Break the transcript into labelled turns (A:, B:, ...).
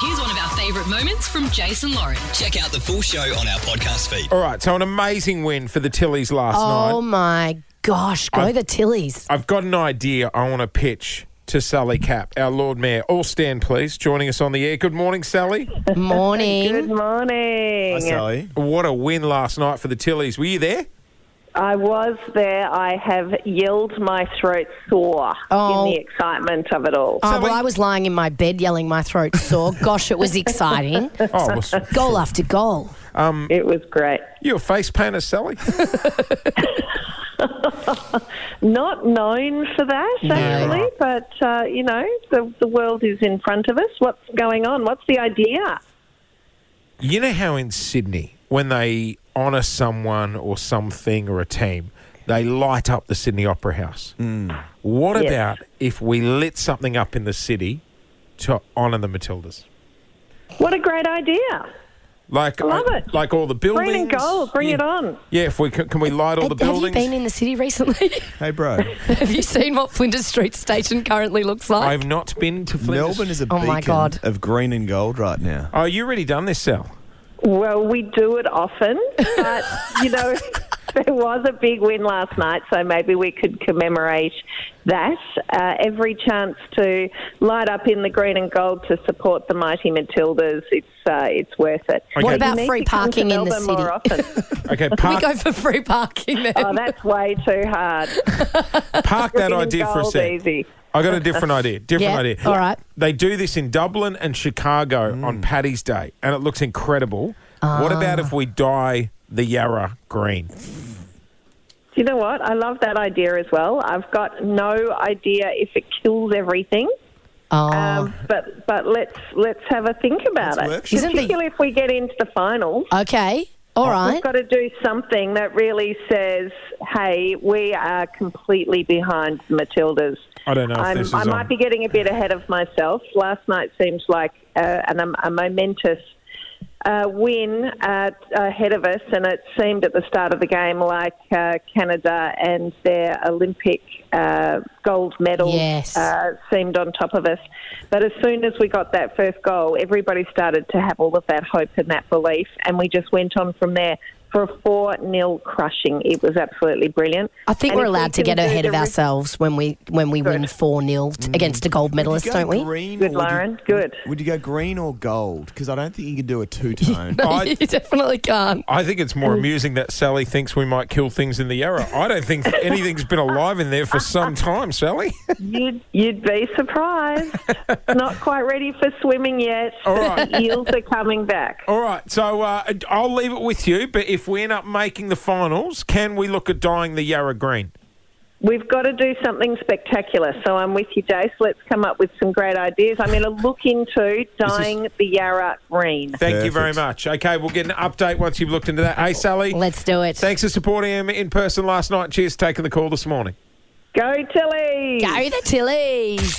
A: Here's one of our favourite moments from Jason Lauren.
B: Check out the full show on our podcast feed.
C: All right, so an amazing win for the Tillies last
D: Oh
C: night.
D: my gosh, go the Tillies.
C: I've got an idea I want to pitch to Sally Cap, our Lord Mayor. All stand, please, joining us on the air. Good morning, Sally.
E: Good
D: Morning.
E: morning.
F: Sally.
C: What a win last night for the Tillies. Were you there?
E: I was there. I have yelled my throat sore
D: Oh.
E: in the excitement of it all.
D: Oh, well, I was lying in my bed yelling my throat sore. Gosh, it was exciting.
C: Oh, well, s-
D: Goal after goal.
E: It was great.
C: you're a face painter, Sally.
E: Not known for that, actually,
C: right.
E: but, uh, you know, the, the world is in front of us. What's going on? What's the idea?
C: You know how in Sydney, when they honour someone or something or a team, they light up the Sydney Opera House. What
E: Yes.
C: about if we lit something up in the city to honour the Matildas?
E: What a great idea.
C: Like,
E: I love
C: uh,
E: it.
C: like all the buildings.
E: Green and gold, bring
C: yeah.
E: it on.
C: Yeah, if we can, can we light all the
D: Have have you
C: buildings?
D: been in the city recently?
F: Hey, bro.
D: have you seen what Flinders Street Station currently looks like?
C: I've not been to Flinders.
F: Melbourne is a
D: Oh
F: beacon
D: my God.
F: of green and gold right now.
C: Oh, you already done this, Sal?
E: Well, we do it often, but you know, there was a big win last night, so maybe we could commemorate that. Uh, every chance to light up in the green and gold to support the mighty Matildas, it's uh, it's worth it.
C: What
E: You
D: about
E: need
D: free
E: to come to
D: parking in the
E: Melbourne more
D: city?
E: often.
C: Okay,
D: Can we
C: park,
D: go for free parking then?
E: oh, that's way too hard.
C: park that
E: Green and
C: idea for a
E: gold,
C: sec.
E: Easy.
C: I got a different idea. Different
D: Yeah,
C: idea.
D: all right.
C: They do this in Dublin and Chicago
F: Mm.
C: on Paddy's Day, and it looks incredible.
D: Ah.
C: What about if we dye the Yarra green?
E: Do you know what? I love that idea as well. I've got no idea if it kills everything.
D: oh.
E: Um, but but let's let's have a think about
F: Let's
E: it.
F: workshop.
D: Isn't the-
E: Particularly if we get into the finals,
D: okay. All
E: we've
D: right.
E: got to do something that really says, "Hey, we are completely behind the Matildas."
C: I don't know if
E: I'm,
C: this is
E: I
C: on.
E: might be getting a bit ahead of myself. Last night seems like uh, an, a momentous uh, win uh, ahead of us, and it seemed at the start of the game like uh, Canada and their Olympic uh, gold medals
D: Yes.
E: uh, seemed on top of us. But as soon as we got that first goal, everybody started to have all of that hope and that belief, and we just went on from there. For a 4 0 crushing. It was absolutely brilliant.
D: I think
E: And
D: we're
E: if we
D: allowed to
E: can
D: get
E: do
D: ahead
E: the
D: of
E: re-
D: ourselves when we when we win
E: Good.
D: four 0 against a
C: Mm.
D: gold medalist,
F: Would you
D: don't
F: go
D: we?
F: Green
E: Good,
F: or would you-
E: Lauren. Good.
F: Would you go green or gold? Because I don't think you can do a two tone.
C: I-
D: you definitely can't.
C: I think it's
E: Mm.
C: more amusing that Sally thinks we might kill things in the Yarra. I don't think anything's been alive in there for some time, Sally.
E: You'd, you'd be surprised. Not quite ready for swimming yet.
C: All right.
E: The eels are coming back.
C: All right, so uh, I'll leave it with you. But if we end up making the finals, can we look at dyeing the Yarra green?
E: We've got to do something spectacular. So I'm with you, Jace. Let's come up with some great ideas. I'm going to look into dyeing the Yarra green.
C: Thank you very
F: Perfect.
C: much. Okay, we'll get an update once you've looked into that. Hey, Sally.
D: Let's do it.
C: Thanks for supporting him in person last night. Cheers for taking the call this morning.
E: Go, Tilly!
D: Go the Tillies.